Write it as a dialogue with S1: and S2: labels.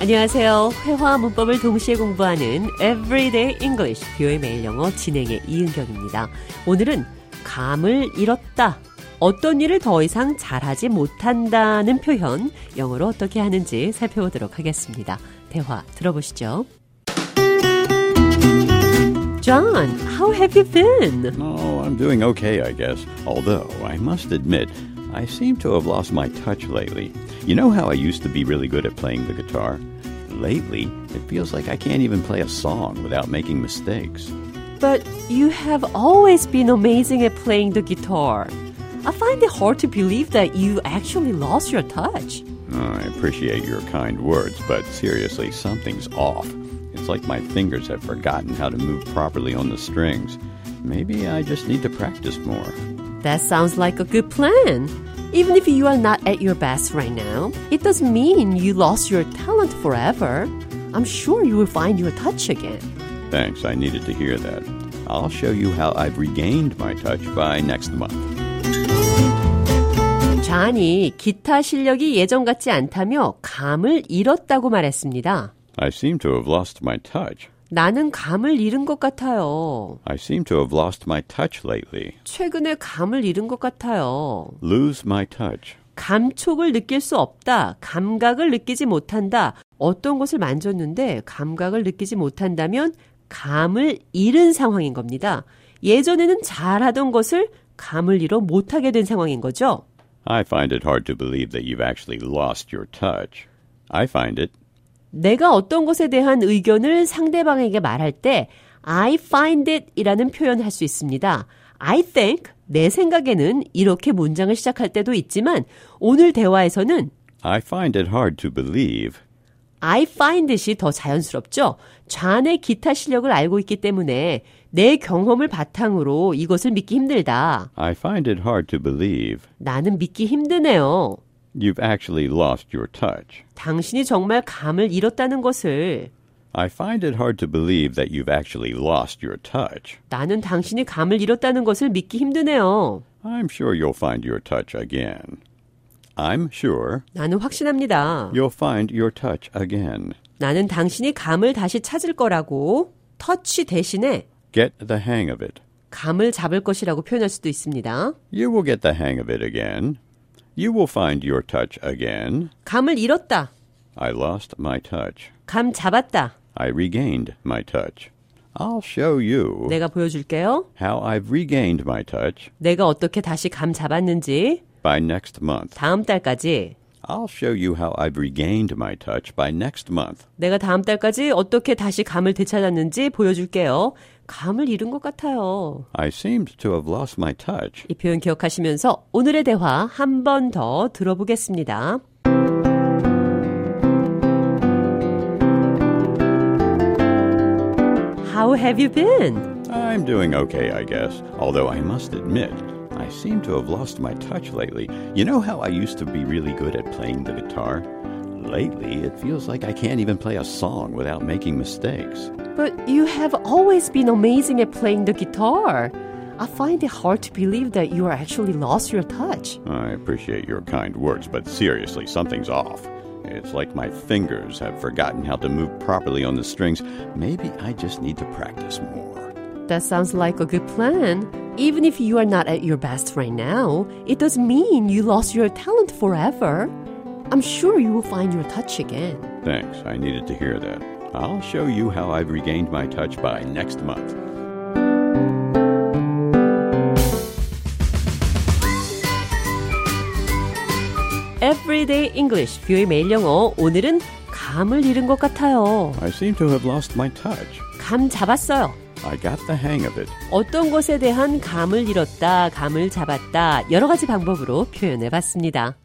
S1: 안녕하세요. 회화와 문법을 동시에 공부하는 Everyday English, 뷰의 매일 영어 진행의 이은경입니다. 오늘은 감을 잃었다. 어떤 일을 더 이상 잘하지 못한다는 표현, 영어로 어떻게 하는지 살펴보도록 하겠습니다. 대화 들어보시죠. John, how have you been?
S2: Oh, I'm doing okay, I guess. Although, I must admit, I seem to have lost my touch lately. You know how I used to be really good at playing the guitar? Lately, it feels like I can't even play a song without making mistakes.
S1: But you have always been amazing at playing the guitar. I find it hard to believe that you actually lost your touch.
S2: Oh, I appreciate your kind words, but seriously, something's off. It's like my fingers have forgotten how to move properly on the strings. Maybe I just need to practice more.
S1: That sounds like a good plan. Even if you are not at your best right now, it doesn't mean you lost your talent forever. I'm sure you will find your touch again.
S2: Thanks, I needed to hear that. I'll show you how I've regained my touch by next month.
S1: 잔이 기타 실력이 예전 같지 않다며 감을 잃었다고 말했습니다.
S2: I seem to have lost my touch.
S1: 나는 감을 잃은 것 같아요.
S2: I seem to have lost my touch lately.
S1: 최근에 감을 잃은 것 같아요.
S2: Lose my touch.
S1: 감촉을 느낄 수 없다. 감각을 느끼지 못한다. 어떤 것을 만졌는데 감각을 느끼지 못한다면 감을 잃은 상황인 겁니다. 예전에는 잘하던 것을 감을 잃어 못하게 된 상황인 거죠.
S2: I find it hard to believe that you've actually lost your touch. I find it
S1: 내가 어떤 것에 대한 의견을 상대방에게 말할 때 I find it 이라는 표현을 할 수 있습니다. I think 내 생각에는 이렇게 문장을 시작할 때도 있지만 오늘 대화에서는
S2: I find it hard to believe
S1: I find it이 더 자연스럽죠. 좌안의 기타 실력을 알고 있기 때문에 내 경험을 바탕으로 이것을 믿기 힘들다.
S2: I find it hard to believe
S1: 나는 믿기 힘드네요.
S2: you've actually lost your touch.
S1: 당신이 정말 감을 잃었다는 것을
S2: I find it hard to believe that you've actually lost your touch.
S1: 나는 당신이 감을 잃었다는 것을 믿기 힘드네요.
S2: I'm sure you'll find your touch again. I'm sure
S1: 나는 확신합니다.
S2: you'll find your touch again.
S1: 나는 당신이 감을 다시 찾을 거라고 터치 대신에
S2: Get the hang of it.
S1: 감을 잡을 것이라고 표현할 수도 있습니다.
S2: You will get the hang of it again. You will find your touch again.
S1: 감을 잃었다.
S2: I lost my touch.
S1: 감 잡았다.
S2: I regained my touch. I'll show you
S1: 내가 보여줄게요.
S2: how I've regained my touch
S1: 내가 어떻게 다시 감 잡았는지
S2: by next month.
S1: 다음 달까지
S2: I'll show you how I've regained my touch by next month.
S1: 내가 다음 달까지 어떻게 다시 감을 되찾았는지 보여줄게요. 감을 잃은 것 같아요.
S2: I seemed to have lost my touch.
S1: 이 표현 기억하시면서 오늘의 대화 한 번 더 들어보겠습니다. How have you been?
S2: I'm doing okay, I guess, although I must admit, I seem to have lost my touch lately. You know how I used to be really good at playing the guitar? Lately, it feels like I can't even play a song without making mistakes.
S1: But you have always been amazing at playing the guitar. I find it hard to believe that you are actually lost your touch.
S2: I appreciate your kind words, but seriously, something's off. It's like my fingers have forgotten how to move properly on the strings. Maybe I just need to practice more.
S1: That sounds like a good plan. Even if you are not at your best right now, it doesn't mean you lost your talent forever. I'm sure you will find your touch again.
S2: Thanks, I needed to hear that. I'll show you how I've regained my touch by next month.
S1: Everyday English, 뷰의 매일 영어. 오늘은 감을 잃은 것 같아요.
S2: I seem to have lost my touch.
S1: 감 잡았어요.
S2: I got the hang of it.
S1: 어떤 것에 대한 감을 잃었다, 감을 잡았다, 여러 가지 방법으로 표현해 봤습니다.